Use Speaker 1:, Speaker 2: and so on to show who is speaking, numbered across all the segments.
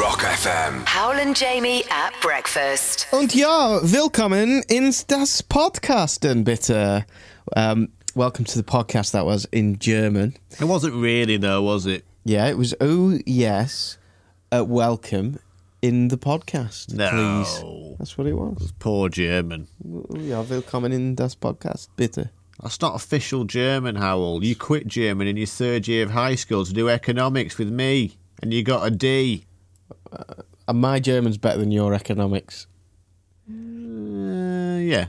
Speaker 1: Rock FM.
Speaker 2: Howell and Jamie at breakfast.
Speaker 3: Und ja, willkommen in das Podcasten, bitte. Um, welcome to the podcast that was in German.
Speaker 4: It wasn't really though, was it?
Speaker 3: Yeah, it was, oh, yes, uh, welcome in the podcast,
Speaker 4: No.
Speaker 3: please. That's what it was.
Speaker 4: Poor German.
Speaker 3: Oh Ja, willkommen in das Podcast, bitte.
Speaker 4: That's not official German, Howell. You quit German in your third year of high school to do economics with me, and you got a D.
Speaker 3: And Uh, my German's better than your economics.
Speaker 4: Uh, yeah,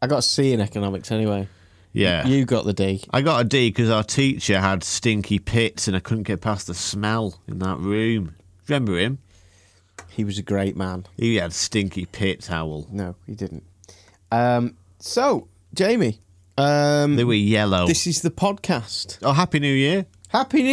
Speaker 3: I got a C in economics anyway.
Speaker 4: yeah.
Speaker 3: You got the D.
Speaker 4: I got a D because our teacher had stinky pits, and I couldn't get past the smell in that room. Remember him?
Speaker 3: He was a great man.
Speaker 4: He had stinky pits, Howell.
Speaker 3: No, he didn't. Um, so, Jamie, um,
Speaker 4: They were yellow.
Speaker 3: this is the podcast.
Speaker 4: Oh, happy New Year!
Speaker 3: Happy New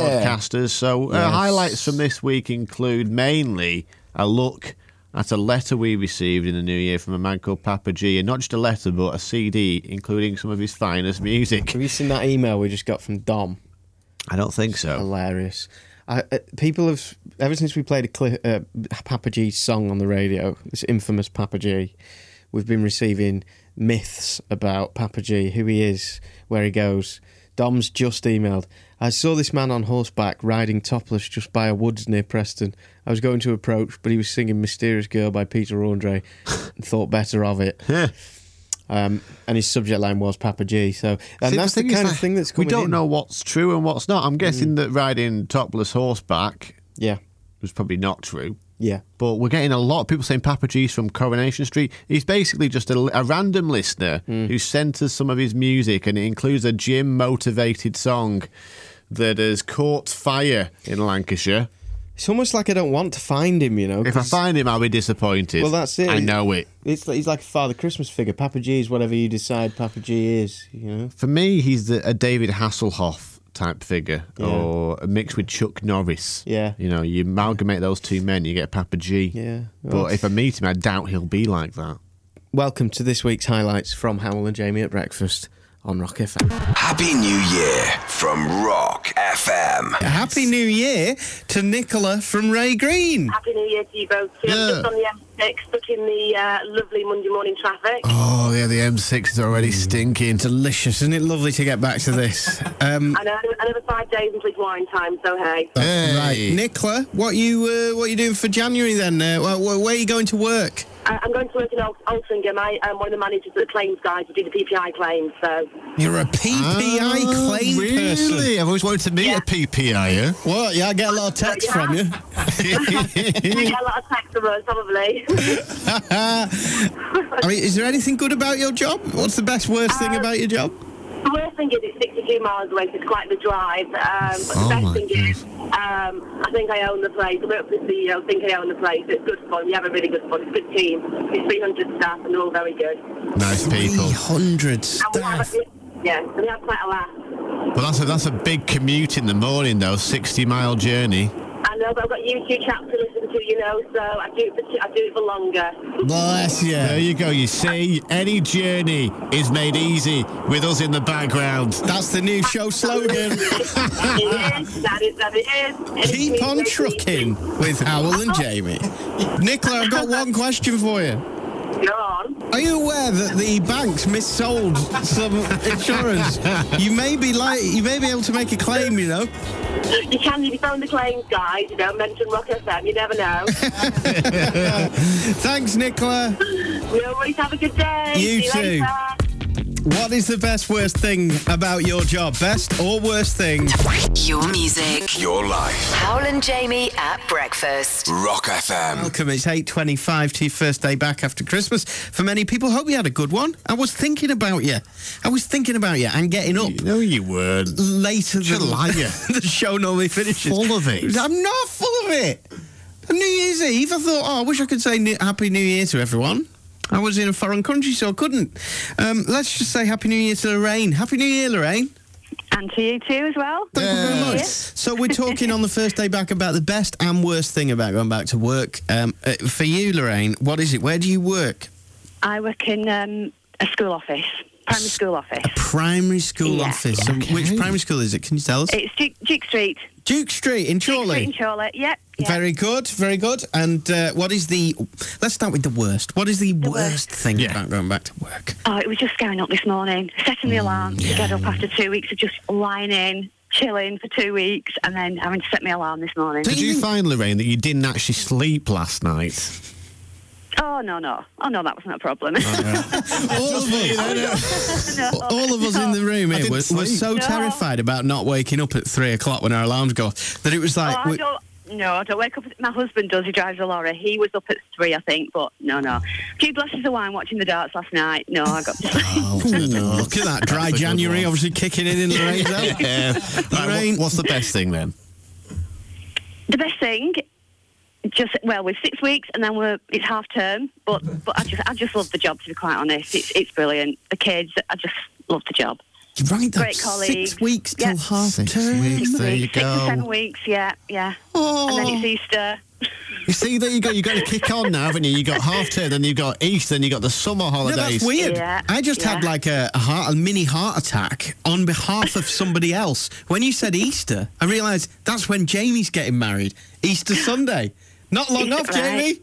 Speaker 4: podcasters. So, uh,
Speaker 3: Yes.
Speaker 4: highlights from this week include mainly a look at a letter we received in the new year from a man called Papa G, and not just a letter, but a CD including some of his finest music.
Speaker 3: Have you seen that email we just got from Dom?
Speaker 4: I don't think so.
Speaker 3: Hilarious. I, uh, people have ever since we played a cli uh, Papa G's song on the radio, this infamous Papa G. We've been receiving myths about Papa G, who he is, where he goes. Dom's just emailed. I saw this man on horseback riding topless just by a woods near Preston. I was going to approach, but he was singing "Mysterious Girl" by Peter Andre, and thought better of it. Um, and his subject line was Papa G. So, and
Speaker 4: See,
Speaker 3: that's the,
Speaker 4: thing is
Speaker 3: kind of
Speaker 4: that
Speaker 3: thing that's
Speaker 4: we
Speaker 3: coming.
Speaker 4: don't
Speaker 3: in. Mm.
Speaker 4: know what's true and what's not. I'm guessing that riding topless horseback
Speaker 3: Yeah,
Speaker 4: was probably not true.
Speaker 3: yeah.
Speaker 4: But we're getting a lot of people saying Papa G's from Coronation Street. He's basically just a, a random listener
Speaker 3: Mm.
Speaker 4: who sent us some of his music, and it includes a gym motivated song that has caught fire in Lancashire.
Speaker 3: It's almost like I don't want to find him, you know.
Speaker 4: If I
Speaker 3: 'cause
Speaker 4: find him, I'll be disappointed.
Speaker 3: Well, that's it.
Speaker 4: I know it.
Speaker 3: it's like, he's like a Father Christmas figure. Papa G is whatever you decide Papa G is, you know.
Speaker 4: For me, he's the, a David Hasselhoff type figure,
Speaker 3: Yeah.
Speaker 4: or a mix with Chuck Norris.
Speaker 3: Yeah.
Speaker 4: You know, you amalgamate those two men, you get Papa G.
Speaker 3: Yeah. Well-
Speaker 4: But if I meet him, I doubt he'll be like that.
Speaker 3: Welcome to this week's highlights from Howell and Jamie at breakfast on Rock FM.
Speaker 1: Happy New Year from Rock FM.
Speaker 3: Happy New Year to Nicola from Ray Green.
Speaker 5: Happy New Year to you both. too.
Speaker 4: Yeah.
Speaker 5: I'm just on the M6, stuck in the uh, lovely Monday morning traffic.
Speaker 4: Oh, yeah, the M6 is already stinking.
Speaker 3: Delicious, isn't it? Lovely to get back to this. Um, Uh,
Speaker 5: I know uh, another five days until it's wine time, so hey.
Speaker 3: Right, Nicola, what you uh, what you doing for January then? Uh, wh- wh- where are you going to work?
Speaker 5: I- I'm going to work in Al- Altrincham. I, I'm one of the managers of the claims guys who do the PPI claims, so
Speaker 3: You're a PPI claim person.
Speaker 4: Oh, I've always wanted to meet a PPI.
Speaker 3: What? Yeah, I get a lot of texts
Speaker 5: Yeah.
Speaker 3: from you.
Speaker 5: you get a lot of texts from us, probably.
Speaker 3: I mean, is there anything good about your job? What's the best worst thing about your job?
Speaker 5: the worst thing is it's 62 miles away, so it's quite the drive. Um, but
Speaker 4: Oh,
Speaker 5: the
Speaker 4: my
Speaker 5: best thing is, um, I think I own the place. I work for the CEO, I think I own the place. It's good fun. We have a really good fun. It's a good team. It's 300 staff, and they're all very good. And
Speaker 4: Nice people.
Speaker 3: 300
Speaker 5: we have
Speaker 3: staff.
Speaker 5: a, yeah, and we have quite a laugh.
Speaker 4: Well, that's a, that's a big commute in the morning, though. 60 mile journey.
Speaker 5: I know, but I've got YouTube chats to listen to, you know, so I do it for, I do it for longer.
Speaker 3: Bless you.
Speaker 4: There you go. You see, any journey is made easy with us in the background.
Speaker 3: That's the new show slogan.
Speaker 5: it is, that is, that it is. And it
Speaker 3: Keep
Speaker 5: means
Speaker 3: on
Speaker 5: that it
Speaker 3: trucking with Howell and Jamie. Nicola, I've got one question for you.
Speaker 5: means- Go on.
Speaker 3: Are you aware that the banks missold some insurance? You may be like, you may be able to make a claim. You know,
Speaker 5: You can, if you phone the claims guys, you know, mention Rock FM, you never know.
Speaker 3: thanks, Nicola.
Speaker 5: we always have a good day.
Speaker 3: You
Speaker 5: See you
Speaker 3: too.
Speaker 5: later.
Speaker 3: What is the best worst thing about your job? Best or worst thing?
Speaker 2: Your music.
Speaker 1: Your life.
Speaker 2: Howell and Jamie at breakfast.
Speaker 1: Rock FM.
Speaker 3: Welcome. It's 8.25 to your first day back after Christmas. For many people, hope you had a good one. I was thinking about you. I was thinking about you and getting up
Speaker 4: No, you weren't.
Speaker 3: later than
Speaker 4: You're a liar.
Speaker 3: the show normally finishes.
Speaker 4: Full of it.
Speaker 3: I'm not full of it. On New Year's Eve, I thought, oh, I wish I could say new, Happy New Year to everyone. I was in a foreign country, so I couldn't. Um, let's just say Happy New Year to Lorraine. Happy New Year, Lorraine.
Speaker 6: And to you too as well.
Speaker 3: Thank you very much. So we're talking on the first day back about the best and worst thing about going back to work. Um, uh, for you, Lorraine, what is it? Where do you work?
Speaker 6: I work in um, a school office, primary school office.
Speaker 3: Primary school
Speaker 6: Yeah.
Speaker 3: office. So Which primary school is it? Can you tell us?
Speaker 6: It's Duke, Duke Street.
Speaker 3: Duke Street in
Speaker 6: Duke Street
Speaker 3: Chorley.
Speaker 6: in Chorley. Yep. yep.
Speaker 3: Very good, very good. And uh, what is the? Let's start with the worst. What is the, worst, thing
Speaker 4: Yeah.
Speaker 3: about going back to work?
Speaker 6: Oh, it was just going up this morning, setting the alarm
Speaker 3: Mm,
Speaker 6: to get up after two weeks of just lying in, chilling for two weeks, and then having to set my alarm this morning.
Speaker 3: Did
Speaker 4: Did you find, Lorraine, that you didn't actually sleep last night?
Speaker 6: Oh no, no, oh no, that wasn't a problem.
Speaker 3: all of us,
Speaker 6: Oh, No.
Speaker 3: all of us in the room here
Speaker 4: didn't
Speaker 3: were, were
Speaker 4: sleep.
Speaker 3: so
Speaker 6: No.
Speaker 3: terrified about not waking up at three o'clock when our alarms go off that it was
Speaker 6: Oh,
Speaker 3: like
Speaker 6: I
Speaker 3: we-
Speaker 6: don't. No, I don't wake up. My husband does. He drives a lorry. He was up at three, I think. But no, no. Two glasses of wine watching the darts last night. No, I got.
Speaker 3: oh, look at that dry
Speaker 4: That's a good
Speaker 3: January
Speaker 4: one.
Speaker 3: obviously kicking in in Lorraine's health.
Speaker 4: Yeah. Right, what-
Speaker 3: Lorraine.
Speaker 4: what's the best thing then?
Speaker 6: the best thing. Just well, we're six weeks, and then we're it's half term. But but I just I just love the job. To be quite honest, it's it's brilliant. The kids, I just love the job.
Speaker 3: You're right, though.
Speaker 6: Great colleagues.
Speaker 3: Six weeks till
Speaker 6: Yeah.
Speaker 3: half
Speaker 4: Six
Speaker 3: term.
Speaker 4: weeks, there you
Speaker 6: Six or seven
Speaker 4: go.
Speaker 6: weeks, yeah, yeah. And then
Speaker 4: Oh.
Speaker 6: it's Easter.
Speaker 4: You see, there you go. You got to kick on now, haven't you? You got half term, then you got Easter, then you got the summer
Speaker 3: No,
Speaker 4: holidays.
Speaker 3: that's weird.
Speaker 6: Yeah,
Speaker 3: Oh, I just had
Speaker 6: yeah.
Speaker 3: like a, a heart, a mini heart attack on behalf of somebody else. When you said Easter, I realised that's when Jamie's getting married. Easter Sunday. Not long
Speaker 6: Easter,
Speaker 3: off,
Speaker 6: right.
Speaker 3: Jamie.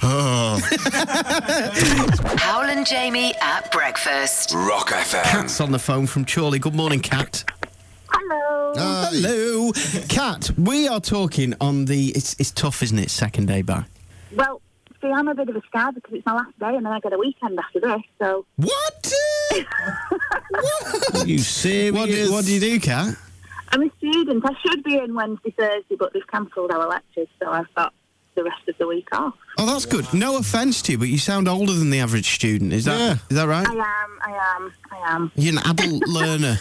Speaker 2: Howl and Jamie at breakfast.
Speaker 1: Rock FM.
Speaker 3: Cat's on the phone from Chorley. Good morning, Cat.
Speaker 7: Hello.
Speaker 4: Hi.
Speaker 3: Hello, Cat. We are talking on the. It's it's tough, isn't it? Second day back.
Speaker 7: Well, see, I'm a bit of a star because it's my last day and then I get a weekend after this, so.
Speaker 3: What?
Speaker 4: Are you serious?
Speaker 3: what, do, what do you do, Cat?
Speaker 7: I'm a student. I should be in Wednesday, Thursday, but they've cancelled our lectures, so I've got the rest of the week off.
Speaker 3: Oh, that's good. No offence to you, but you sound older than the average student. Is that
Speaker 4: Yeah.
Speaker 3: is that right?
Speaker 7: I am, I am, I am,
Speaker 3: You're an adult learner.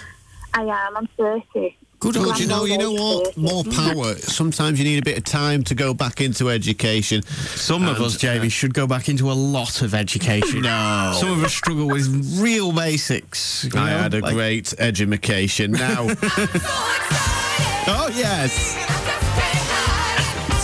Speaker 7: I am. I'm 30.
Speaker 3: Good
Speaker 4: Well,
Speaker 3: old
Speaker 4: do you know, you know what? More power. Sometimes you need a bit of time to go back into education.
Speaker 3: Some of
Speaker 4: And,
Speaker 3: us, Jamie, should go back into a lot of education.
Speaker 4: No.
Speaker 3: Some of us struggle with real basics. you
Speaker 4: I
Speaker 3: know,
Speaker 4: had a
Speaker 3: like-
Speaker 4: great edumacation. Now,
Speaker 3: Oh, yes.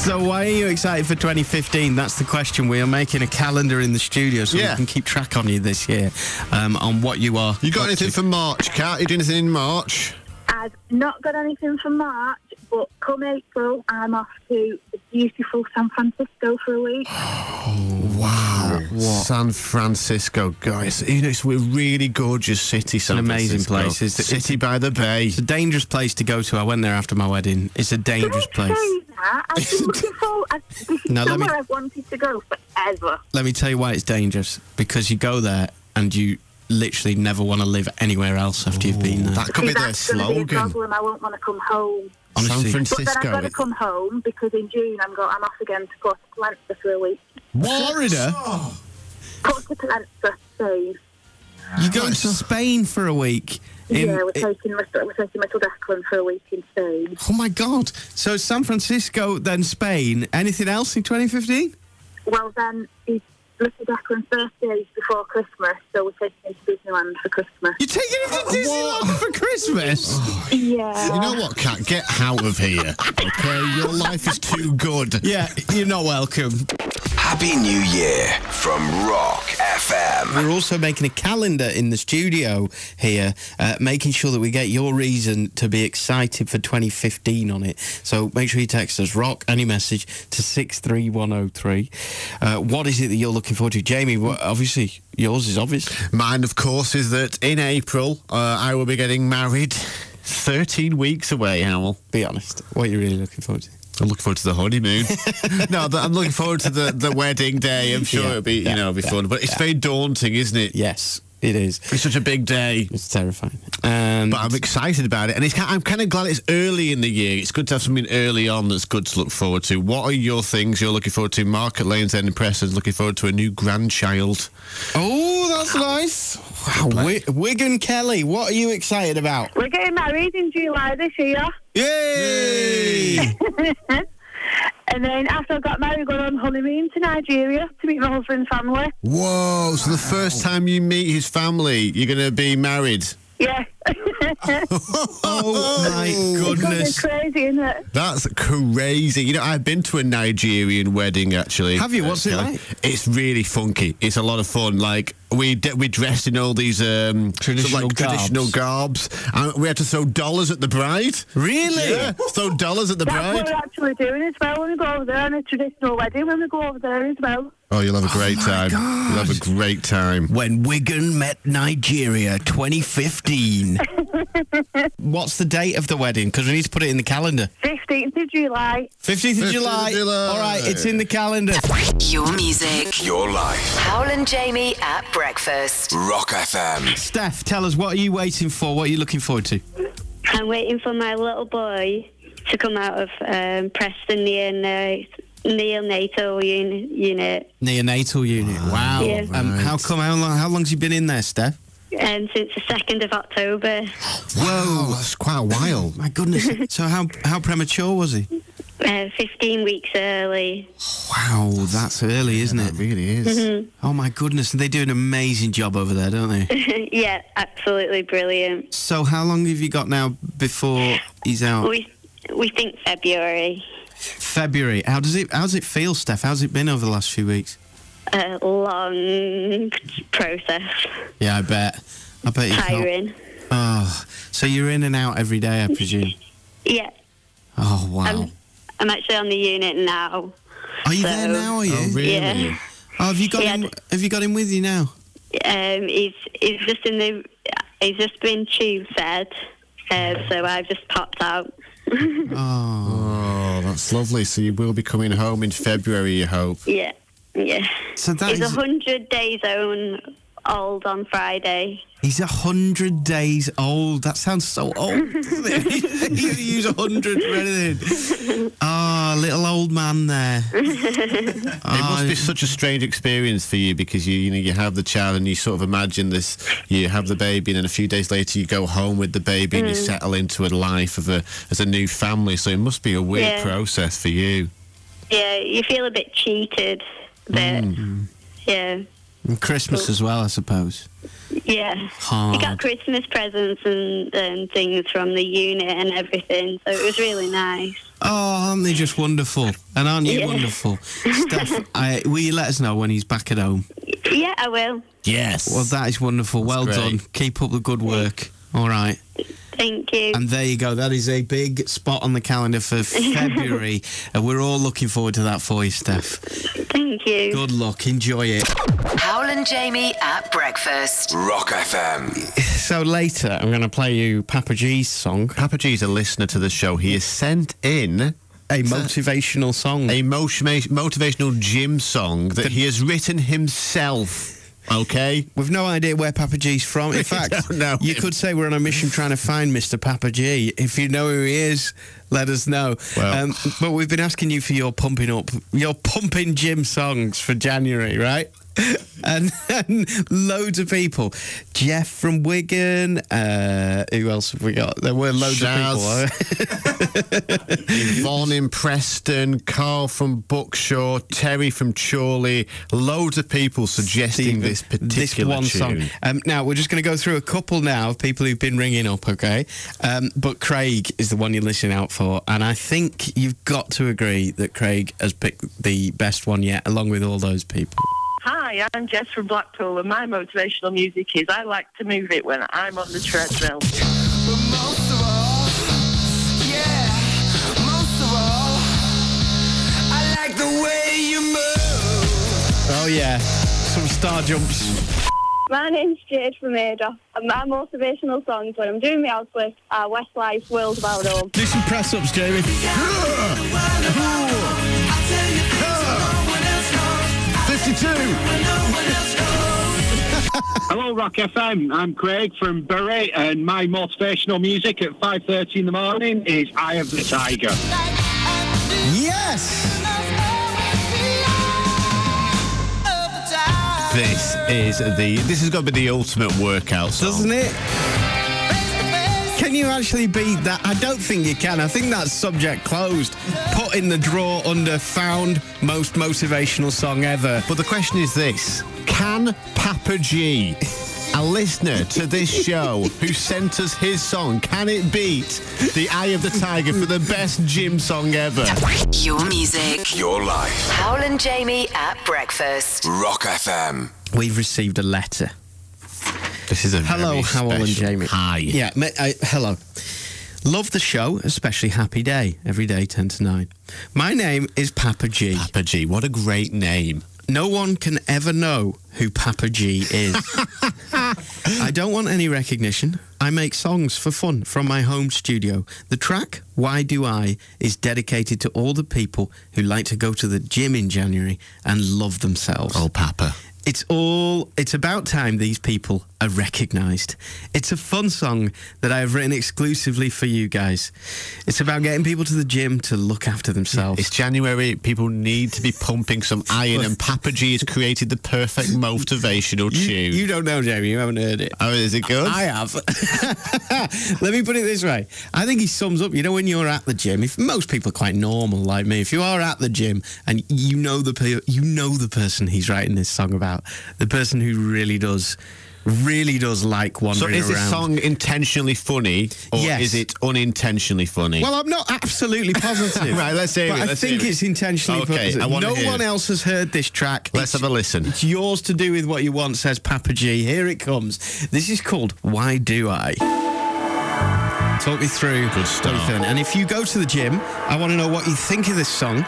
Speaker 3: So, why are you excited for 2015? That's the question. We are making a calendar in the studio so
Speaker 4: Yeah.
Speaker 3: we can keep track on you this year um, on what you are.
Speaker 4: you got
Speaker 3: up
Speaker 4: anything
Speaker 3: to.
Speaker 4: for March, Cat? You do anything in March?
Speaker 7: I've not got anything for March, but come April, I'm off to the beautiful San Francisco for a week.
Speaker 3: Oh,
Speaker 4: Wow. San Francisco, guys. You know, it's a really gorgeous city, San
Speaker 3: an amazing
Speaker 4: Francisco.
Speaker 3: place. It's- it's-
Speaker 4: city by the bay.
Speaker 3: It's a dangerous place to go to. I went there after my wedding. It's a dangerous
Speaker 7: Can I
Speaker 3: place.
Speaker 7: say that? I've been looking for. I've, this is
Speaker 3: No, let me-
Speaker 7: somewhere I've wanted to go forever.
Speaker 3: Let me tell you why it's dangerous. Because you go there and you literally never want to live anywhere else after you've been there.
Speaker 4: That could
Speaker 7: See,
Speaker 4: be their
Speaker 7: that's gonna
Speaker 4: slogan.
Speaker 7: Be a problem. I won't want to come home. But
Speaker 4: San
Speaker 3: Honestly.
Speaker 7: then I've
Speaker 4: Francisco.
Speaker 7: got to come home because in June I'm go. I'm off again to Port Lancer for a week.
Speaker 3: Florida?
Speaker 7: Port Lancer, soon.
Speaker 3: You go to Spain for a week. in-
Speaker 7: yeah, we're
Speaker 3: i-
Speaker 7: taking my, we're taking my Declan for a week in Spain.
Speaker 3: oh my God. So San Francisco, then Spain. Anything else in 2015?
Speaker 7: Well, then it's Little Declan's birthday is before Christmas, so we're taking him to Disneyland for Christmas.
Speaker 3: You're taking it to Disneyland for Christmas?
Speaker 7: Yeah.
Speaker 4: Oh, You know what, Cat? Get out of here. Okay, your life is too good.
Speaker 3: yeah, you're not welcome.
Speaker 1: Happy New Year from Rock FM.
Speaker 3: We're also making a calendar in the studio here, uh, making sure that we get your reason to be excited for 2015 on it. So make sure you text us, rock any message to 63103. Uh, what is it that you're looking forward to? Jamie, wha- obviously, yours is obvious.
Speaker 4: Mine, of course, is that in April uh, I will be getting married. 13 weeks away, Howell.
Speaker 3: Be honest. What are you really looking forward to?
Speaker 4: I'm looking forward to the honeymoon. no, th- I'm looking forward to the, the wedding day. I'm sure
Speaker 3: Yeah,
Speaker 4: it'll be, you
Speaker 3: yeah,
Speaker 4: know, it'll be
Speaker 3: yeah,
Speaker 4: fun. But it's very daunting, isn't it?
Speaker 3: Yes, it is.
Speaker 4: It's such a big day.
Speaker 3: It's terrifying. Um,
Speaker 4: But I'm excited about it. And it's, ki- I'm kind of glad it's early in the year. It's good to have something early on that's good to look forward to. What are your things you're looking forward to? Market Lanes End in Preston's looking forward to a new grandchild.
Speaker 3: oh, that's nice.
Speaker 4: Oh,
Speaker 3: Wow. Wi- Wigan Kelly, what are you excited about?
Speaker 6: We're getting married in July this year,
Speaker 3: Yay!
Speaker 6: and then after I got married, going on honeymoon to Nigeria to meet my husband's family.
Speaker 4: Whoa, so the first time you meet his family, you're going to be married.
Speaker 6: Yeah,
Speaker 3: Oh my
Speaker 8: It's
Speaker 3: goodness.
Speaker 8: crazy, isn't it?
Speaker 4: That's crazy. You know, I've been to a Nigerian wedding actually.
Speaker 3: Have you? What's it
Speaker 4: Kelly.
Speaker 3: like?
Speaker 4: It's really funky. It's a lot of fun. Like we d- we dressed in all these um, sort of,
Speaker 3: Traditional
Speaker 4: like traditional garbs, and we had to throw dollars at the bride.
Speaker 3: Really?
Speaker 4: Yeah, throw dollars at the
Speaker 8: That's what
Speaker 4: bride.
Speaker 8: we're actually doing as well when we go over there on a traditional wedding, when we go over there as well.
Speaker 4: Oh, you'll have a great time. You'll have a great time.
Speaker 3: When Wigan met Nigeria 2015. What's the date of the wedding? Because we need to put it in the calendar.
Speaker 8: 15th of July.
Speaker 3: 15th of
Speaker 4: 15th of
Speaker 3: July.
Speaker 4: July.
Speaker 3: All right, it's in the calendar.
Speaker 2: Your music.
Speaker 1: Your life.
Speaker 2: Owl and Jamie at breakfast.
Speaker 1: Rock FM.
Speaker 3: Steph, tell us what are you waiting for? What are you looking forward to?
Speaker 9: I'm waiting for my little boy to come out of um, Preston neonate, neonatal uni- unit
Speaker 3: Neonatal unit. Wow.
Speaker 9: Yeah.
Speaker 3: Um, How come? How long? How long's you been in there, Steph?
Speaker 9: um, since the 2nd of October.
Speaker 4: Whoa, that's quite a while.
Speaker 3: My goodness. so how how premature was he?
Speaker 9: Uh, 15 weeks early.
Speaker 3: Wow, that's early, isn't
Speaker 4: It
Speaker 3: it?
Speaker 4: really is.
Speaker 3: Oh my goodness, they do an amazing job over there, don't they?
Speaker 9: yeah, absolutely brilliant.
Speaker 3: so how long have you got now before he's out?
Speaker 9: We we think February.
Speaker 3: February. How does it how does it feel, Steph? How's it been over the last few weeks?
Speaker 9: A long process.
Speaker 3: Yeah, I bet. I bet you felt-
Speaker 9: Tiring.
Speaker 3: Oh, so you're in and out every day, I presume.
Speaker 9: Yeah,
Speaker 3: Oh wow.
Speaker 9: I'm, I'm actually on the unit now.
Speaker 3: are you
Speaker 9: so-
Speaker 3: there now? Are you?
Speaker 4: Oh, really?
Speaker 9: Yeah.
Speaker 3: Oh, have you got
Speaker 9: Yeah,
Speaker 3: him?
Speaker 9: d-
Speaker 3: Have you got him with you now?
Speaker 9: Um, he's he's just in the he's just been tube fed, uh, so I've just popped out.
Speaker 3: Oh,
Speaker 4: Oh, that's lovely. So you will be coming home in February, you hope.
Speaker 9: Yeah, yeah.
Speaker 3: so that
Speaker 9: he's a
Speaker 3: is.
Speaker 9: hundred days own old on Friday.
Speaker 3: He's a hundred days old. That sounds so old. doesn't it? you use a hundred for anything. Ah, little old man there.
Speaker 4: It must
Speaker 3: Oh.
Speaker 4: be such a strange experience for you because you you know you have the child and you sort of imagine this you have the baby and then a few days later you go home with the baby and you settle into a life of a as a new family so it must be a weird
Speaker 9: Yeah.
Speaker 4: process for you.
Speaker 9: Yeah, you feel a bit cheated, but
Speaker 4: Hmm.
Speaker 9: yeah,
Speaker 3: And Christmas as well, I suppose.
Speaker 9: yeah.
Speaker 3: Hard.
Speaker 9: You got Christmas presents and, and things from the unit and everything, so it was really nice.
Speaker 3: Oh, aren't they just wonderful? And aren't you
Speaker 9: Yeah.
Speaker 3: wonderful? Steph, I, will you let us know when he's back at home?
Speaker 9: Yeah, I will.
Speaker 4: Yes.
Speaker 3: Well, that is wonderful. well
Speaker 4: great.
Speaker 3: done. Keep up the good work. All right.
Speaker 9: Thank you.
Speaker 3: And there you go. That is a big spot on the calendar for February. and we're all looking forward to that for you, Steph.
Speaker 9: Thank you.
Speaker 3: Good luck. Enjoy it.
Speaker 2: Owl and Jamie at breakfast.
Speaker 1: Rock FM.
Speaker 3: So later, I'm going to play you Papa G's song,
Speaker 4: Papa G's a listener to the show. He has sent in
Speaker 3: a motivational song.
Speaker 4: a motiva- motivational gym song that he has written himself. Okay?
Speaker 3: We've no idea where Papa G's from. In fact,
Speaker 4: don't know
Speaker 3: you
Speaker 4: him.
Speaker 3: could say we're on a mission trying to find Mr. Papa G. If you know who he is, let us know. Um,
Speaker 4: Well-
Speaker 3: but we've been asking you for your pumping up, your pumping gym songs for January, right? and, and loads of people. Jeff from Wigan. Uh, who else have we got? There were loads
Speaker 4: Shaz.
Speaker 3: of people.
Speaker 4: Yvonne in Preston, Carl from Buckshaw, Terry from Chorley, loads of people suggesting this particular
Speaker 3: this one
Speaker 4: tune.
Speaker 3: song. Um, now we're just going to go through a couple now of people who've been ringing up, okay? Um, but Craig is the one you're listening out for, and I think you've got to agree that Craig has picked the best one yet, along with all those people.
Speaker 7: Hi, I'm Jess from Blackpool, and my motivational music is I like to move it when I'm on the treadmill.
Speaker 3: Oh yeah, some star jumps.
Speaker 8: My name's Jade from Ada, and my motivational songs when I'm doing my housework are Westlife, World About Home.
Speaker 3: Do some press ups, Jamie.
Speaker 4: Fifty-two.
Speaker 10: Hello, Rock FM. I'm Craig from Bury, and my motivational music at 5.30 in the morning is Eye of the Tiger.
Speaker 3: Yes.
Speaker 4: This is the this has got to be the ultimate workout song.
Speaker 3: Doesn't it? Can you actually beat that? I don't think you can. I think that's subject closed. Put in the draw under found most motivational song ever.
Speaker 4: But the question is this: Can Papa G a listener to this show who sent us his song, can it beat The Eye of the Tiger for the best gym song ever?
Speaker 2: Your music.
Speaker 1: Your life.
Speaker 2: Howl and Jamie at breakfast.
Speaker 1: Rock FM.
Speaker 5: We've received a letter.
Speaker 4: This is a
Speaker 5: Hello,
Speaker 4: very
Speaker 5: Howell and
Speaker 4: special-
Speaker 5: Jamie.
Speaker 4: Hi.
Speaker 3: Yeah, ma- I, hello. Love the show, especially Happy Day, every day 10 to 9. My name is Papa G.
Speaker 4: Papa G, what a great name.
Speaker 3: No one can ever know who Papa G is. I don't want any recognition. I make songs for fun from my home studio. The track, Why Do I, is dedicated to all the people who like to go to the gym in January and love themselves.
Speaker 4: Oh, Papa.
Speaker 3: It's all, it's about time these people are recognised. It's a fun song that I have written exclusively for you guys. It's about getting people to the gym to look after themselves.
Speaker 4: It's January. People need to be pumping some iron, and Papa G has created the perfect motivational tune.
Speaker 3: you don't know, Jamie, you haven't heard it.
Speaker 4: oh, is it good?
Speaker 3: I have. Let me put it this way. I think he sums up, you know, when you're at the gym, if most people are quite normal like me, if you are at the gym and you know the pe- you know the person he's writing this song about, the person who really does really does like
Speaker 4: so
Speaker 3: wandering
Speaker 4: is this
Speaker 3: around.
Speaker 4: song intentionally funny, or
Speaker 3: Yes.
Speaker 4: is it unintentionally funny?
Speaker 3: well, I'm not absolutely positive.
Speaker 4: Right, let's hear
Speaker 3: but
Speaker 4: it,
Speaker 3: I
Speaker 4: let's
Speaker 3: think
Speaker 4: hear it.
Speaker 3: it's intentionally
Speaker 4: Okay,
Speaker 3: positive.
Speaker 4: I wanna
Speaker 3: no
Speaker 4: hear
Speaker 3: one
Speaker 4: it.
Speaker 3: else has heard this track.
Speaker 4: Let's
Speaker 3: It's-
Speaker 4: have a listen.
Speaker 3: It's yours to do with what you want, says Papa G. Here it comes. This is called Why Do I? Talk me through
Speaker 4: Good
Speaker 3: what you're
Speaker 4: start.
Speaker 3: feeling. And if you go to the gym, I want to know what you think of this song.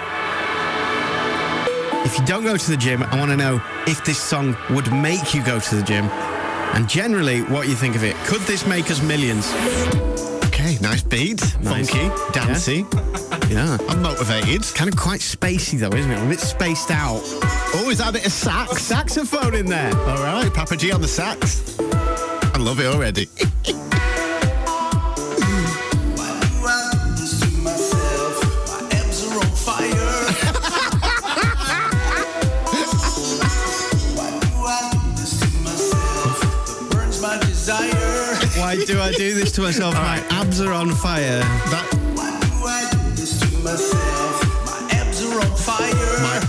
Speaker 3: If you don't go to the gym, I want to know if this song would make you go to the gym. And generally, what you think of it. Could this make us millions?
Speaker 4: okay, nice beat,
Speaker 3: Nice.
Speaker 4: funky,
Speaker 3: Yeah.
Speaker 4: dancey.
Speaker 3: Yeah.
Speaker 4: I'm motivated.
Speaker 3: Kind of quite spacey, though, isn't it? A bit spaced out.
Speaker 4: Oh, is that a bit of sax?
Speaker 3: Saxophone in there.
Speaker 4: All right, Papa G on the sax. I love it already.
Speaker 3: Why do I do this to myself? My abs are on fire.
Speaker 4: That, my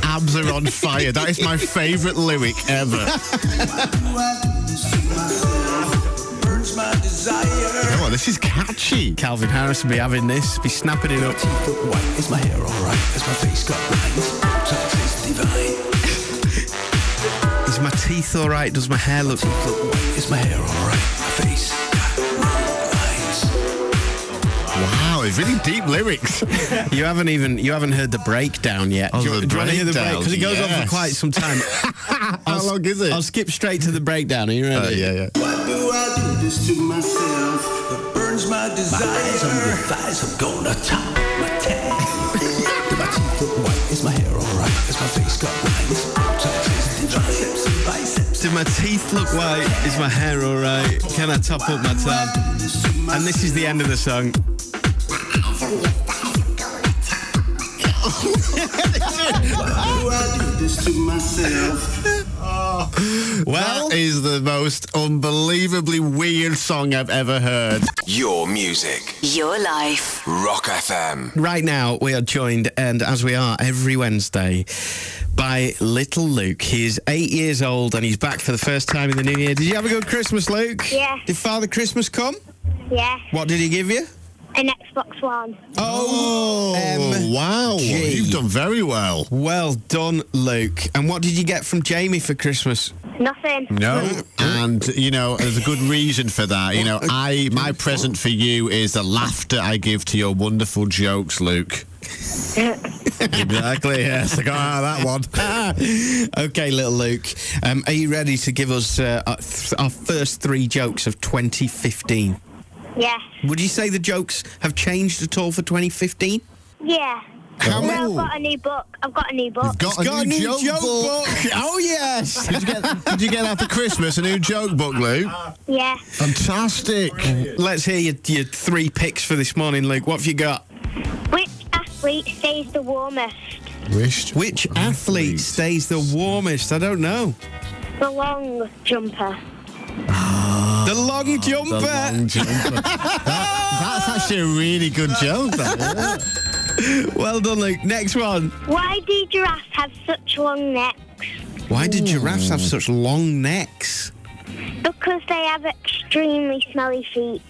Speaker 4: abs are on fire. That is my favourite lyric ever. You know what? This is catchy.
Speaker 3: Calvin Harris would be having this, be snapping it up. Is my teeth all right? Does my hair look?
Speaker 4: Wow, it's really deep lyrics.
Speaker 3: You haven't even you haven't heard the breakdown yet.
Speaker 4: Oh,
Speaker 3: do you,
Speaker 4: the
Speaker 3: do you want to hear the break?
Speaker 4: breakdown,
Speaker 3: Because it goes on for
Speaker 4: yes.
Speaker 3: quite some time.
Speaker 4: How long is it?
Speaker 3: I'll skip straight to the breakdown. Are you ready?
Speaker 4: Uh, yeah, yeah.
Speaker 3: Do my teeth look white? Is my hair all right? Can I top up my tab? And this is the end of the song. Well,
Speaker 4: That is the most unbelievably weird song I've ever heard.
Speaker 1: Your music.
Speaker 2: Your life.
Speaker 1: Rock FM.
Speaker 3: right now we are joined, and as we are every Wednesday, by little Luke. He is eight years old and he's back for the first time in the new year. Did you have a good Christmas, Luke?
Speaker 8: Yeah.
Speaker 3: Did Father Christmas come?
Speaker 8: Yeah,
Speaker 3: What did he give you?
Speaker 8: an Xbox One.
Speaker 3: Oh,
Speaker 4: Oh, wow.
Speaker 3: G.
Speaker 4: You've done very well.
Speaker 3: well done, Luke. And what did you get from Jamie for Christmas?
Speaker 8: Nothing.
Speaker 4: No, and you know there's a good reason for that. You know, I my present for you is the laughter I give to your wonderful jokes, Luke. exactly. Yes, I got out of that one.
Speaker 3: okay, little Luke, um, are you ready to give us uh, our, th- our first three jokes of 2015?
Speaker 8: Yeah.
Speaker 3: Would you say the jokes have changed at all for 2015?
Speaker 8: Yeah.
Speaker 4: How
Speaker 8: no,
Speaker 4: many-
Speaker 8: I've got a new book. I've got a new book.
Speaker 4: Got a new, joke, book.
Speaker 3: oh yes.
Speaker 4: Did you get? Did you get after Christmas a new joke book, Luke?
Speaker 8: Yeah.
Speaker 4: Fantastic.
Speaker 3: Let's hear your, your three picks for this morning, Luke. What have you got?
Speaker 8: Which athlete stays the warmest?
Speaker 4: Wished.
Speaker 3: Which athlete stays the warmest? I don't know.
Speaker 8: The long jumper.
Speaker 3: The long jumper.
Speaker 4: The long jumper. That- that's actually a really good joke. That.
Speaker 3: Well done, Luke. Next one.
Speaker 8: Why do giraffes have such long necks?
Speaker 3: Why do giraffes have such long necks?
Speaker 11: Because they have extremely smelly feet.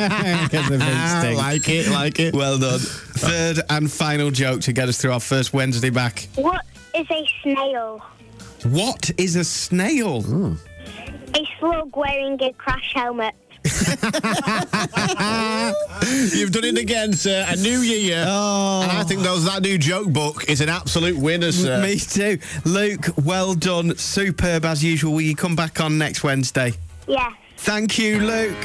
Speaker 3: Ah, like it, like it. Well done. Third and final joke to get us through our first Wednesday back.
Speaker 11: What is a snail?
Speaker 3: What is a snail?
Speaker 4: Hmm.
Speaker 11: A slug wearing a crash helmet.
Speaker 4: You've done it again, sir. A new year. And I think those, that new joke book is an absolute winner, sir.
Speaker 3: Me too. Luke, well done. Superb as usual. Will you come back on next Wednesday?
Speaker 11: Yeah.
Speaker 3: Thank you, Luke.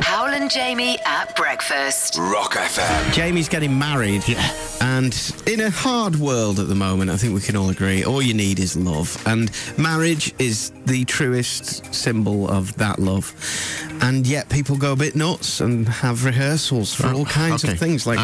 Speaker 2: Howl and Jamie at breakfast.
Speaker 1: Rock FM.
Speaker 3: Jamie's getting married. Yeah. And in a hard world at the moment, I think we can all agree, all you need is love. And marriage is the truest symbol of that love. And yet people go a bit nuts and have rehearsals for all kinds
Speaker 4: okay.
Speaker 3: of things like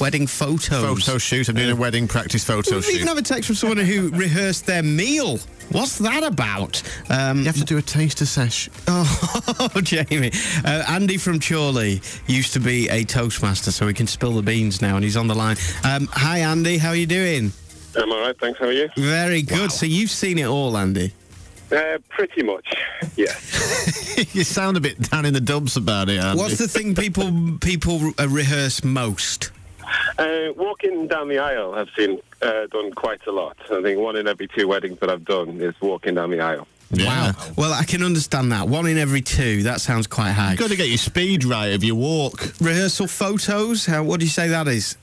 Speaker 3: wedding photos.
Speaker 4: Uh, Photo shoot. I'm doing a wedding practice photo
Speaker 3: We even
Speaker 4: shoot.
Speaker 3: have a text from someone who rehearsed their meal. What's that about? Um, you have to
Speaker 4: do a taster sesh.
Speaker 3: Oh, Jamie. Uh, Andy from Chorley used to be a Toastmaster, so he can spill the beans now, and he's on the line. Um, hi, Andy. How are you doing?
Speaker 12: I'm all right, thanks. How are you?
Speaker 3: Very good. So you've seen it all, Andy.
Speaker 12: Uh, pretty much, yes.
Speaker 4: you sound a bit down in the dumps about it, Andy.
Speaker 3: What's the thing people people uh, rehearse most?
Speaker 12: Uh, walking down the aisle, I've seen uh, done quite a lot. I think one in every two weddings that I've done is walking down the aisle.
Speaker 3: Wow. Well, I can understand that. One in every two. That sounds quite high. You've
Speaker 4: got to get your speed right if you walk.
Speaker 3: Rehearsal photos. How? What do you say that is?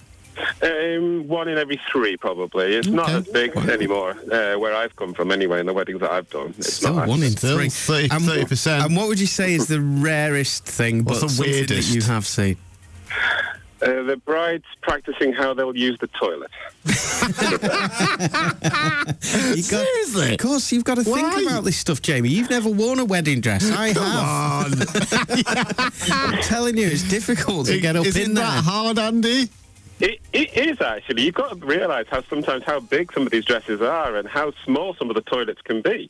Speaker 12: Um, one in every three, probably. It's not as big anymore uh, where I've come from, anyway. In the weddings that I've done, it's
Speaker 3: Still
Speaker 12: not as-
Speaker 3: one in three. Um, And what- And what would you say is the rarest thing,
Speaker 12: What's
Speaker 3: but
Speaker 12: the
Speaker 3: something
Speaker 12: weirdest?
Speaker 3: that you have seen?
Speaker 12: Uh, the bride's practicing how they'll use the toilet.
Speaker 3: You got- Of course, you've got to think about this stuff, Jamie. You've never worn a wedding dress. I have. I'm telling you, it's difficult to get up
Speaker 12: Isn't
Speaker 3: in
Speaker 12: that
Speaker 3: there.
Speaker 4: hard, Andy?
Speaker 12: It, it is actually. You've got to realise how sometimes how big some of these dresses are and how small some of the toilets can be.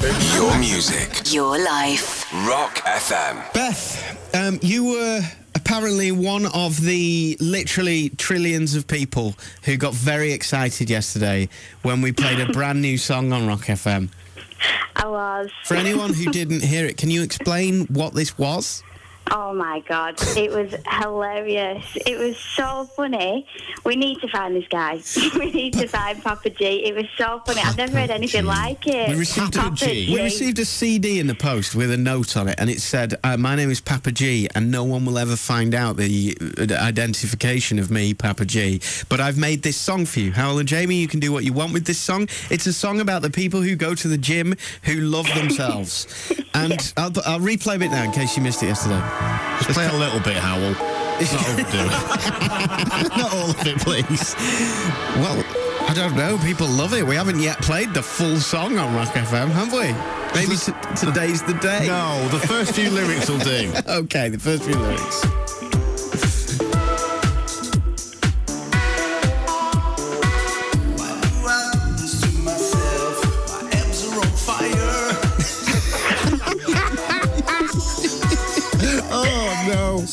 Speaker 1: Your music.
Speaker 2: Your life.
Speaker 1: Rock FM.
Speaker 3: Beth, um, you were apparently one of the literally trillions of people who got very excited yesterday when we played a brand new song on Rock FM.
Speaker 13: I was.
Speaker 3: For anyone who didn't hear it, can you explain what this was?
Speaker 13: Oh my god, it was hilarious. It was so funny. We need to find this guy. we need to find Papa G. It was so funny. I've never heard anything like it.
Speaker 3: We received,
Speaker 13: Papa
Speaker 3: we received a CD in the post with a note on it, and it said, uh, "My name is Papa G, and no one will ever find out the uh, the identification of me, Papa G. But I've made this song for you, Howell and Jamie. You can do what you want with this song. It's a song about the people who go to the gym who love themselves. and I'll, I'll replay a bit now in case you missed it yesterday.
Speaker 4: Just play a little bit, Howell. Not overdo it. Not all of it, please.
Speaker 3: Well, I don't know. People love it. We haven't yet played the full song on Rock FM, have we? Maybe t- today's the day.
Speaker 4: No, the first few lyrics will do.
Speaker 3: okay, the first few lyrics.
Speaker 4: oh no.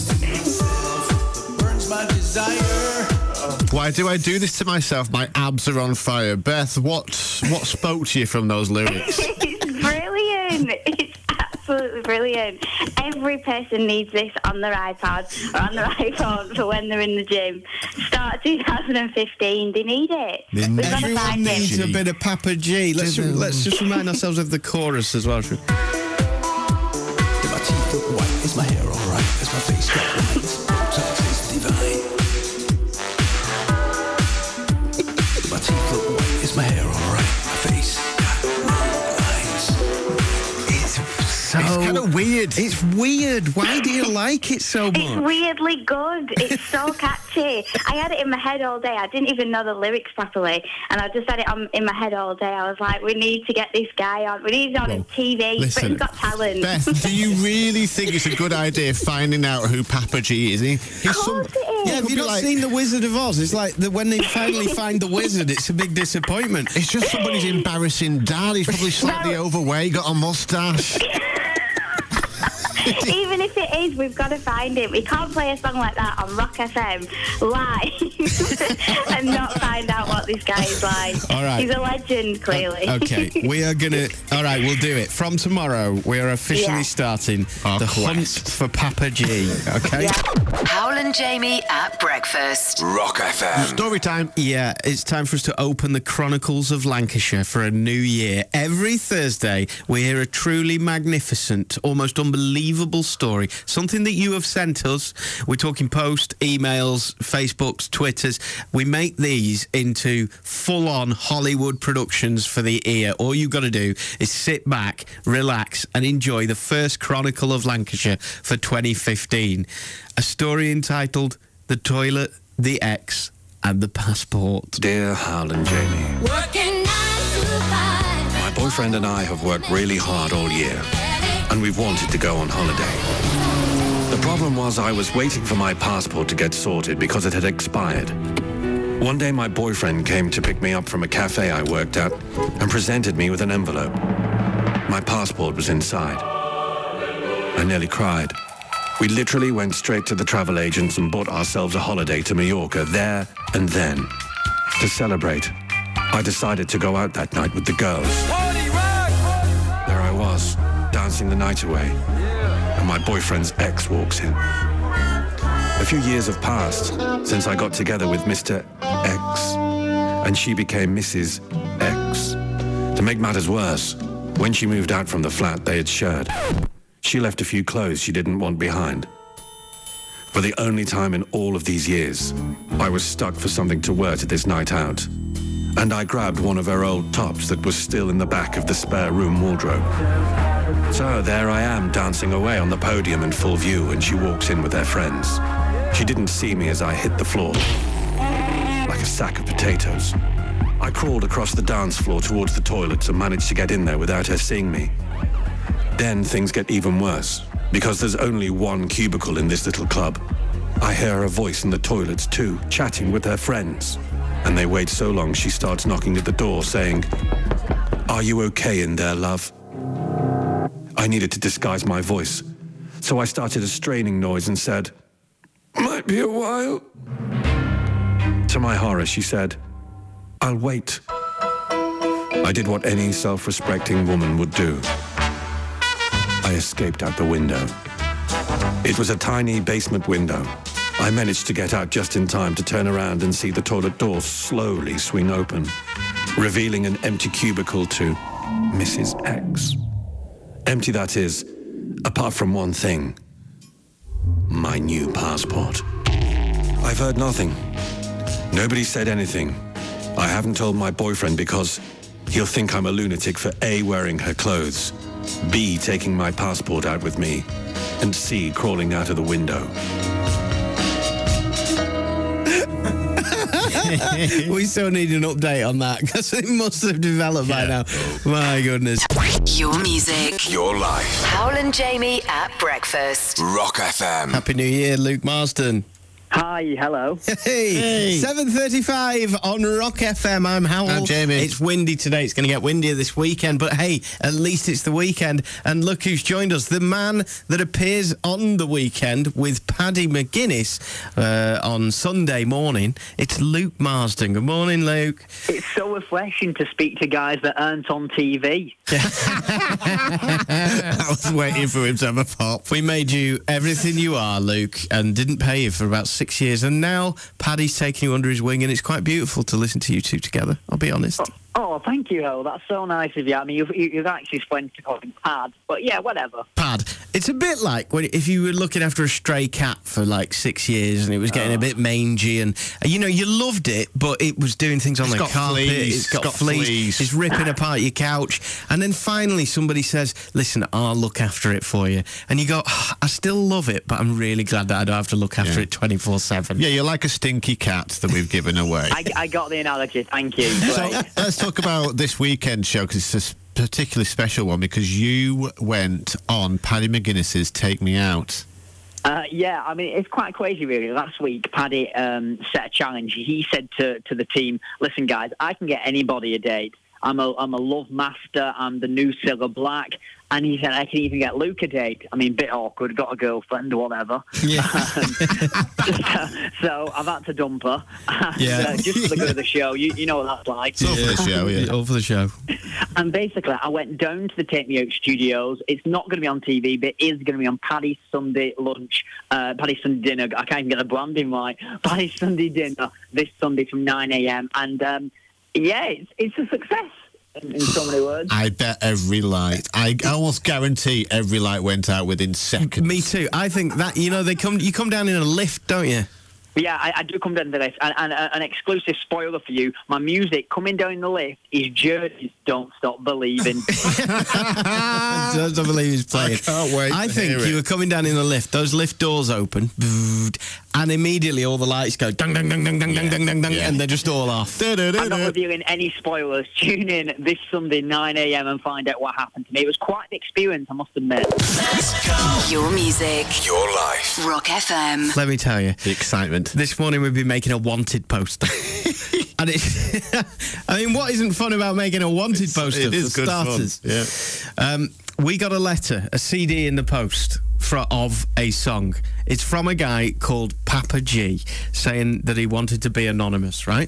Speaker 4: Why do I do this to myself? My abs are on fire. Beth, what what spoke to you from those lyrics?
Speaker 13: it's brilliant. It's absolutely brilliant. Every person needs this on their iPad or on their iPhone for when they're in the gym. Start 2015. They need it.
Speaker 3: They
Speaker 13: We've got to
Speaker 3: Everyone
Speaker 13: find it.
Speaker 3: needs a bit of Papa G. Let's let's just remind ourselves of the chorus as well. shall we?
Speaker 14: Did my teeth look white? Is my hair alright? Is my face got lines? Does it taste divine? Did my teeth look white? Is my hair alright? My face got lines. It's
Speaker 3: So it's kind of weird. It's weird. Why do you like it so
Speaker 13: It's
Speaker 3: much?
Speaker 13: weirdly good. It's so catchy. I had it in my head all day. I didn't even know the lyrics properly, and I just had it on, in my head all day. I was like, "We need to get this guy on. We need him on TV.
Speaker 4: listen,
Speaker 13: Britain's Got Talent."
Speaker 4: Beth, do you really think it's a good idea finding out who Papa G is? He, he's some,
Speaker 3: Yeah, have you not seen The Wizard of Oz? It's like the, when they finally find the wizard, it's a big disappointment.
Speaker 4: It's just somebody's embarrassing dad. He's probably slightly overweight, got a mustache.
Speaker 13: even if it is. We've got to find him. We can't play a song like that on Rock FM live and not find out what this guy is like.
Speaker 3: All right.
Speaker 13: He's a legend, clearly.
Speaker 3: Okay, we are gonna. All right, we'll do it. From tomorrow, we are officially
Speaker 2: Yeah.
Speaker 3: starting the hunt for Papa G. Okay.
Speaker 2: Howell and Jamie at breakfast.
Speaker 1: Rock FM.
Speaker 3: Story time. Yeah, it's time for us to open the Chronicles of Lancashire for a new year. Every Thursday, we hear a truly magnificent, almost unbelievable story. Something that you have sent us. We're talking posts, emails, Facebooks, Twitters. We make these into full on Hollywood productions for the ear. All you've got to do is sit back, relax, and enjoy the first Chronicle of Lancashire for 2015. A story entitled The Toilet, The X, and the passport.
Speaker 15: Dear Harlan Jamie,
Speaker 14: Working nine to five.
Speaker 15: my boyfriend and I have worked really hard all year, and we've wanted to go on holiday. The problem was I was waiting for my passport to get sorted because it had expired. One day my boyfriend came to pick me up from a cafe I worked at and presented me with an envelope. My passport was inside. I nearly cried. We literally went straight to the travel agents and bought ourselves a holiday to Mallorca there and then. To celebrate, I decided to go out that night with the girls. There I was, dancing the night away, and my boyfriend's ex walks in. A few years have passed since I got together with Mr. X, and she became Mrs. X. To make matters worse, when she moved out from the flat they had shared, she left a few clothes she didn't want behind. For the only time in all of these years, I was stuck for something to wear to this night out and I grabbed one of her old tops that was still in the back of the spare room wardrobe. So there I am dancing away on the podium in full view and she walks in with her friends. She didn't see me as I hit the floor. Like a sack of potatoes. I crawled across the dance floor towards the toilets and managed to get in there without her seeing me. Then things get even worse, because there's only one cubicle in this little club. I hear a voice in the toilets too, chatting with her friends. And they wait so long she starts knocking at the door saying, Are you okay in there, love? I needed to disguise my voice, so I started a straining noise and said, Might be a while. To my horror, she said, I'll wait. I did what any self respecting woman would do. I escaped out the window. It was a tiny basement window. I managed to get out just in time to turn around and see the toilet door slowly swing open, revealing an empty cubicle to Mrs. X. Empty, that is, apart from one thing my new passport. I've heard nothing. Nobody said anything. I haven't told my boyfriend because he'll think I'm a lunatic for A, wearing her clothes, B, taking my passport out with me, and C, crawling out of the window.
Speaker 3: we still need an update on that because it must have developed by now. My goodness.
Speaker 2: Your music.
Speaker 1: Your life.
Speaker 2: Howell and Jamie at breakfast.
Speaker 1: Rock FM.
Speaker 3: Happy New Year, Luke Marsden.
Speaker 16: Hi, hello.
Speaker 3: Hey, 7.35 on Rock FM. I'm Howell. I'm Jamie. It's windy today. It's going to get windier this weekend. But hey, at least it's the weekend. And look who's joined us. The man that appears on the weekend with Paddy McGuinness uh, on Sunday morning. It's Luke Marsden. Good morning, Luke.
Speaker 16: It's so refreshing to speak to guys that aren't on TV.
Speaker 3: I was waiting for him to have a pop. We made you everything you are, Luke, and didn't pay you for about six years. And now Paddy's taking you under his wing, and it's quite beautiful to listen to you two together. I'll be honest.
Speaker 16: Oh, thank you, Howell. That's so nice of you. I mean, you've, you- you've actually spent to calling pad, but yeah, whatever.
Speaker 3: Pad. It's a bit like when if you were looking after a stray cat for like six years and it was
Speaker 4: Oh.
Speaker 3: getting a bit mangy and uh, you know you loved it, but it was doing things on
Speaker 4: It's
Speaker 3: the
Speaker 4: got
Speaker 3: carpet.
Speaker 4: fleas,
Speaker 3: It's got,
Speaker 4: it's got
Speaker 3: fleas.
Speaker 4: fleas.
Speaker 3: It's ripping apart your couch, and then finally somebody says, "Listen, I'll look after it for you," and you go, "Ah, "I still love it, but I'm really glad that I don't have to look after it twenty four 7
Speaker 4: Yeah, you're like a stinky cat that we've given away.
Speaker 16: I, I got the analogy. Thank you.
Speaker 4: so
Speaker 16: Great.
Speaker 4: let's talk about this weekend show because it's a s- particularly special one because you went on Paddy McGuinness's Take Me Out.
Speaker 16: Uh, yeah, I mean, it's quite crazy, really. Last week, Paddy um, set a challenge. He said to, to the team, listen, guys, I can get anybody a date. I'm a, I'm a love master. I'm the new Silver Black. And he said, I can even get Luke a date. I mean, bit awkward, got a girlfriend or whatever. Um,
Speaker 17: Yeah.
Speaker 16: so I've had to dump her. And,
Speaker 17: Yeah.
Speaker 16: uh, just for the good of the show, you, you know what that's like.
Speaker 17: All for the show.
Speaker 16: And basically, I went down to the Take Me Out studios. It's not going to be on TV, but it is going to be on Paddy's Sunday lunch, uh, Paddy's Sunday dinner. I can't even get the branding right. Paddy's Sunday dinner this Sunday from 9 a.m. And um, yeah, it's, it's a success in, in so many words.
Speaker 4: I bet every light. I almost guarantee every light went out within seconds.
Speaker 3: Me too. I think that you know they come. You come down in a lift, don't you?
Speaker 16: But yeah, I, I do come down to the lift. And, and uh, an exclusive spoiler for you my music coming down the lift is Journey's Don't Stop Believing.
Speaker 3: I don't believe he's playing. I
Speaker 4: can't wait.
Speaker 3: I
Speaker 4: to
Speaker 3: think
Speaker 4: hear
Speaker 3: you
Speaker 4: it.
Speaker 3: were coming down in the lift. Those lift doors open, and immediately all the lights go dung dung dung dung dung dung dung dung, dung, and they're just all off.
Speaker 16: I'm not reviewing any spoilers. Tune in this Sunday, 9 a.m., and find out what happened to me. It was quite an experience, I must admit.
Speaker 2: Your music.
Speaker 1: Your life.
Speaker 2: Rock FM.
Speaker 3: Let me tell you.
Speaker 4: The excitement.
Speaker 3: This morning we've been making a wanted poster. and it, I mean, what isn't fun about making a wanted poster
Speaker 4: it
Speaker 3: for
Speaker 4: is good fun,
Speaker 3: starters?
Speaker 4: yeah.
Speaker 3: Um, we got a letter, a CD in the post for, of a song. It's from a guy called Papa G, saying that he wanted to be anonymous, right?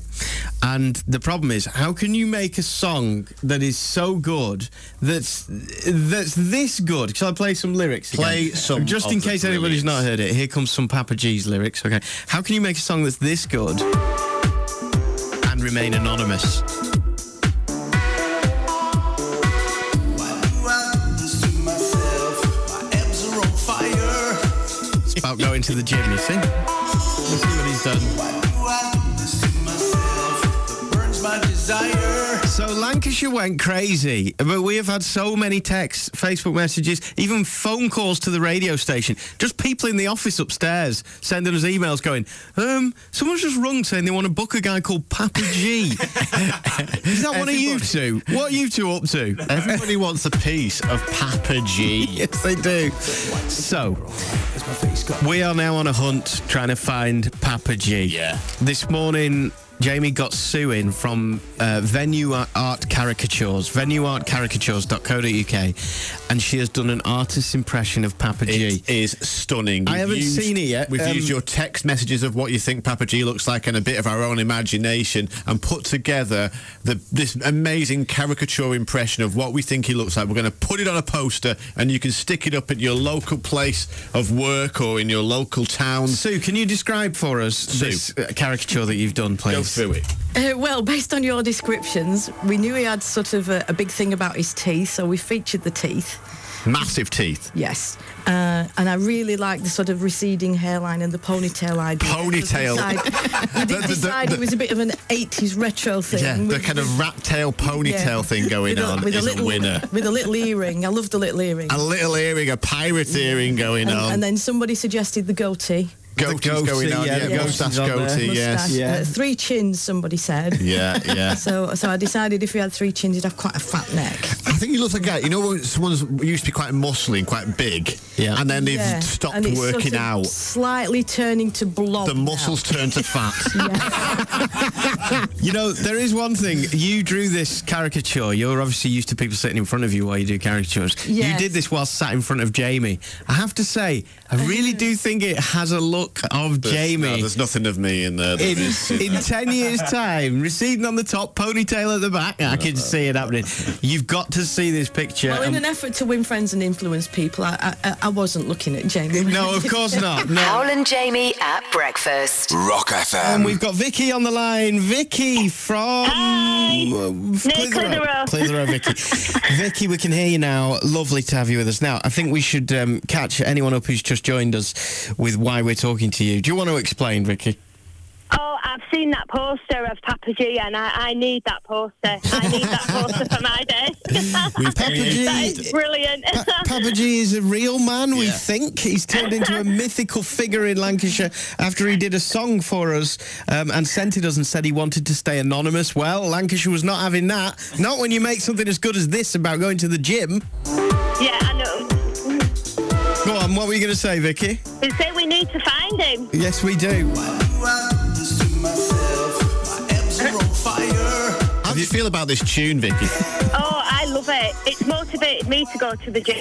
Speaker 3: And the problem is, how can you make a song that is so good that's that's this good? Shall I play some lyrics? again?
Speaker 4: Play some
Speaker 3: just in
Speaker 4: of the
Speaker 3: case anybody's not heard it. Here comes some Papa G's lyrics. Okay, how can you make a song that's this good and remain anonymous? It's about going to the gym. You see? Let's see what he's done. So Lancashire went crazy, but we have had so many texts, Facebook messages, even phone calls to the radio station. Just people in the office upstairs sending us emails going, um, someone's just rung saying they want to book a guy called Papa G. Is that one of you two? What are you two up to?
Speaker 4: Everybody wants a piece of Papa G.
Speaker 3: yes, they do. So, we are now on a hunt trying to find Papa G. Yeah. This morning, Jamie got suing from uh, Venue Art Caricatures, venueartcaricatures.co.uk, and she has done an artist's impression of Papa G.
Speaker 4: It is stunning.
Speaker 3: I
Speaker 4: We've
Speaker 3: haven't
Speaker 4: used-
Speaker 3: seen it yet.
Speaker 4: We've
Speaker 3: Um,
Speaker 4: used your text messages of what you think Papa G looks like and a bit of our own imagination and put together the, this amazing caricature impression of what we think he looks like. We're going to put it on a poster and you can stick it up at your local place of work or in your local town.
Speaker 3: Sue, can you describe for us this uh, caricature that you've done, please?
Speaker 4: Go through it.
Speaker 18: Uh, well, based on your descriptions, we knew he had sort of a, a big thing about his teeth, so we featured the teeth.
Speaker 4: Massive teeth.
Speaker 18: Yes, uh, and I really like the sort of receding hairline and the ponytail idea.
Speaker 4: Ponytail.
Speaker 18: I did decide, I did decide
Speaker 4: The- the- the- the-
Speaker 18: it was a bit of an '80s retro thing.
Speaker 4: Yeah, the
Speaker 18: with-
Speaker 4: kind of rat tail ponytail
Speaker 18: yeah.
Speaker 4: thing going
Speaker 18: With a-
Speaker 4: on
Speaker 18: with a
Speaker 4: is
Speaker 18: little-
Speaker 4: a winner.
Speaker 18: With a little earring, I loved the little earring.
Speaker 4: A little earring, a pirate earring going
Speaker 18: and,
Speaker 4: on.
Speaker 18: and then somebody suggested the goatee.
Speaker 4: goatee's
Speaker 3: goatee,
Speaker 4: going on,
Speaker 3: yeah,
Speaker 4: yeah,
Speaker 3: the goatee's
Speaker 4: mustache
Speaker 3: on there.
Speaker 4: goatee, yes.
Speaker 18: Mustache. Uh, three chins, somebody said.
Speaker 4: Yeah, yeah.
Speaker 18: So, so I decided if he had three chins, he'd have quite a fat neck.
Speaker 4: I think he looks like a guy. You know, when someone's used to be quite muscly and quite big, yeah, and then they've
Speaker 18: Yeah,
Speaker 4: stopped
Speaker 18: and it's sort
Speaker 4: working
Speaker 18: of
Speaker 4: out.
Speaker 18: Slightly turning to blob.
Speaker 4: The muscles turn to fat.
Speaker 3: You know, there is one thing. You drew this caricature. You're obviously used to people sitting in front of you while you do caricatures. You
Speaker 18: Yes.
Speaker 3: did this while sat in front of Jamie. I have to say, I really do think it has a look of
Speaker 4: There's- no,
Speaker 3: Jamie.
Speaker 4: there's nothing of me in there. that
Speaker 3: in,
Speaker 4: is-
Speaker 3: in 10 years' time, receding on the top, ponytail at the back. I can see it happening. You've got to see this picture.
Speaker 18: Well,
Speaker 4: um,
Speaker 18: in an
Speaker 3: and-
Speaker 18: effort to win friends and influence people, I, I- I, I wasn't looking at Jamie.
Speaker 3: no, of course not. No.
Speaker 2: Owl and Jamie at breakfast.
Speaker 1: Rock FM.
Speaker 3: And we've got Vicky on the line. Vicky from Uh,
Speaker 2: Clitheroe.
Speaker 3: Clitheroe, Vicky. Vicky, we can hear you now. Lovely to have you with us. Now, I think we should um, catch anyone up who's just joined us with why we're talking to you. Do you want to explain, Vicky?
Speaker 8: Oh, I've seen that poster of Papa G and I, I need that poster. I need that poster for my day.
Speaker 3: We've
Speaker 8: that
Speaker 3: created-
Speaker 8: is brilliant.
Speaker 3: Papa G is a real man, we think. He's turned into a mythical figure in Lancashire after he did a song for us um, and sent it us and said he wanted to stay anonymous. Well, Lancashire was not having that. Not when you make something as good as this about going to the gym.
Speaker 8: yeah, I know.
Speaker 3: Go on, what were you going to say, Vicky?
Speaker 8: They say we need to find him.
Speaker 3: Yes, we do.
Speaker 4: How do you feel about this tune, Vicky?
Speaker 8: Oh, I love it. It's motivated me to go to the gym.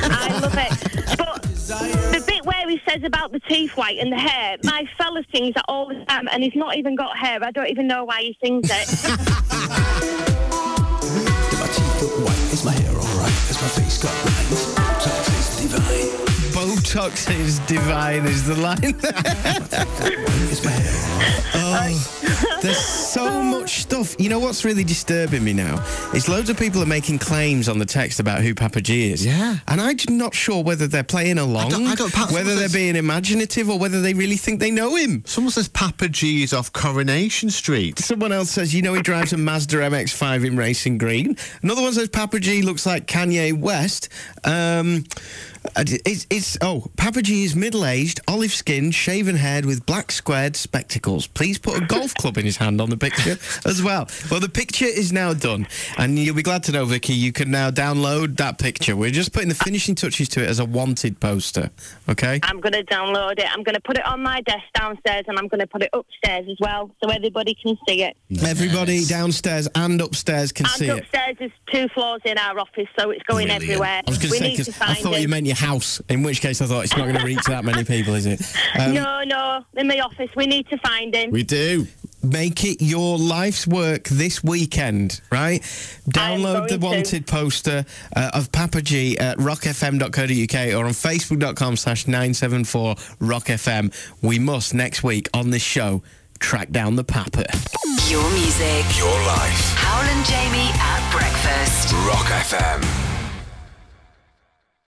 Speaker 8: I love it. But the bit where he says about the teeth white and the hair, my fella sings that all the time, and he's not even got hair. I don't even know why he sings it.
Speaker 14: Do my teeth look white? Is my hair alright? Has my face got lines? Botox is divine.
Speaker 3: Botox is divine is the line.
Speaker 14: Is my hair
Speaker 3: Oh, there's so much stuff. You know what's really disturbing me now is loads of people are making claims on the text about who Papa G is. Yeah, and I'm not sure whether they're playing along,
Speaker 4: I don't- Pat,
Speaker 3: whether
Speaker 4: someone
Speaker 3: they're
Speaker 4: says-
Speaker 3: being imaginative, or whether they really think they know him.
Speaker 4: Someone says Papa G is off Coronation Street.
Speaker 3: Someone else says, you know, he drives a Mazda MX-5 in racing green. Another one says Papa G looks like Kanye West. Um, I d- it's, it's oh, Papa G is middle-aged, olive-skinned, shaven-haired with black squared spectacles. Please put a golf club in his hand on the picture as well. Well, the picture is now done, and you'll be glad to know, Vicky, you can now download that picture. We're just putting the finishing touches to it as a wanted poster. Okay.
Speaker 8: I'm going to download it. I'm going to put it on my desk downstairs, and I'm going to put it upstairs as well, so everybody can see it.
Speaker 3: Everybody downstairs and upstairs can see
Speaker 8: and
Speaker 3: it.
Speaker 8: upstairs is two floors in our office, so it's going everywhere.
Speaker 3: I was going
Speaker 8: we
Speaker 3: to say
Speaker 8: need to
Speaker 3: because I
Speaker 8: find
Speaker 3: thought
Speaker 8: it.
Speaker 3: you meant your house, in which case I thought it's not going to reach that many people, is it? Um,
Speaker 8: no, no, in my office. We need to find him.
Speaker 3: do. Make it your life's work this weekend, right? Download the
Speaker 8: going to.
Speaker 3: wanted poster uh, of Papa G at rockfm.co.uk or on facebook.com slash 974 rockfm. We must next week on this show track down the Papa.
Speaker 2: Your music.
Speaker 1: Your life.
Speaker 2: Howlin' Jamie at breakfast.
Speaker 1: Rock FM.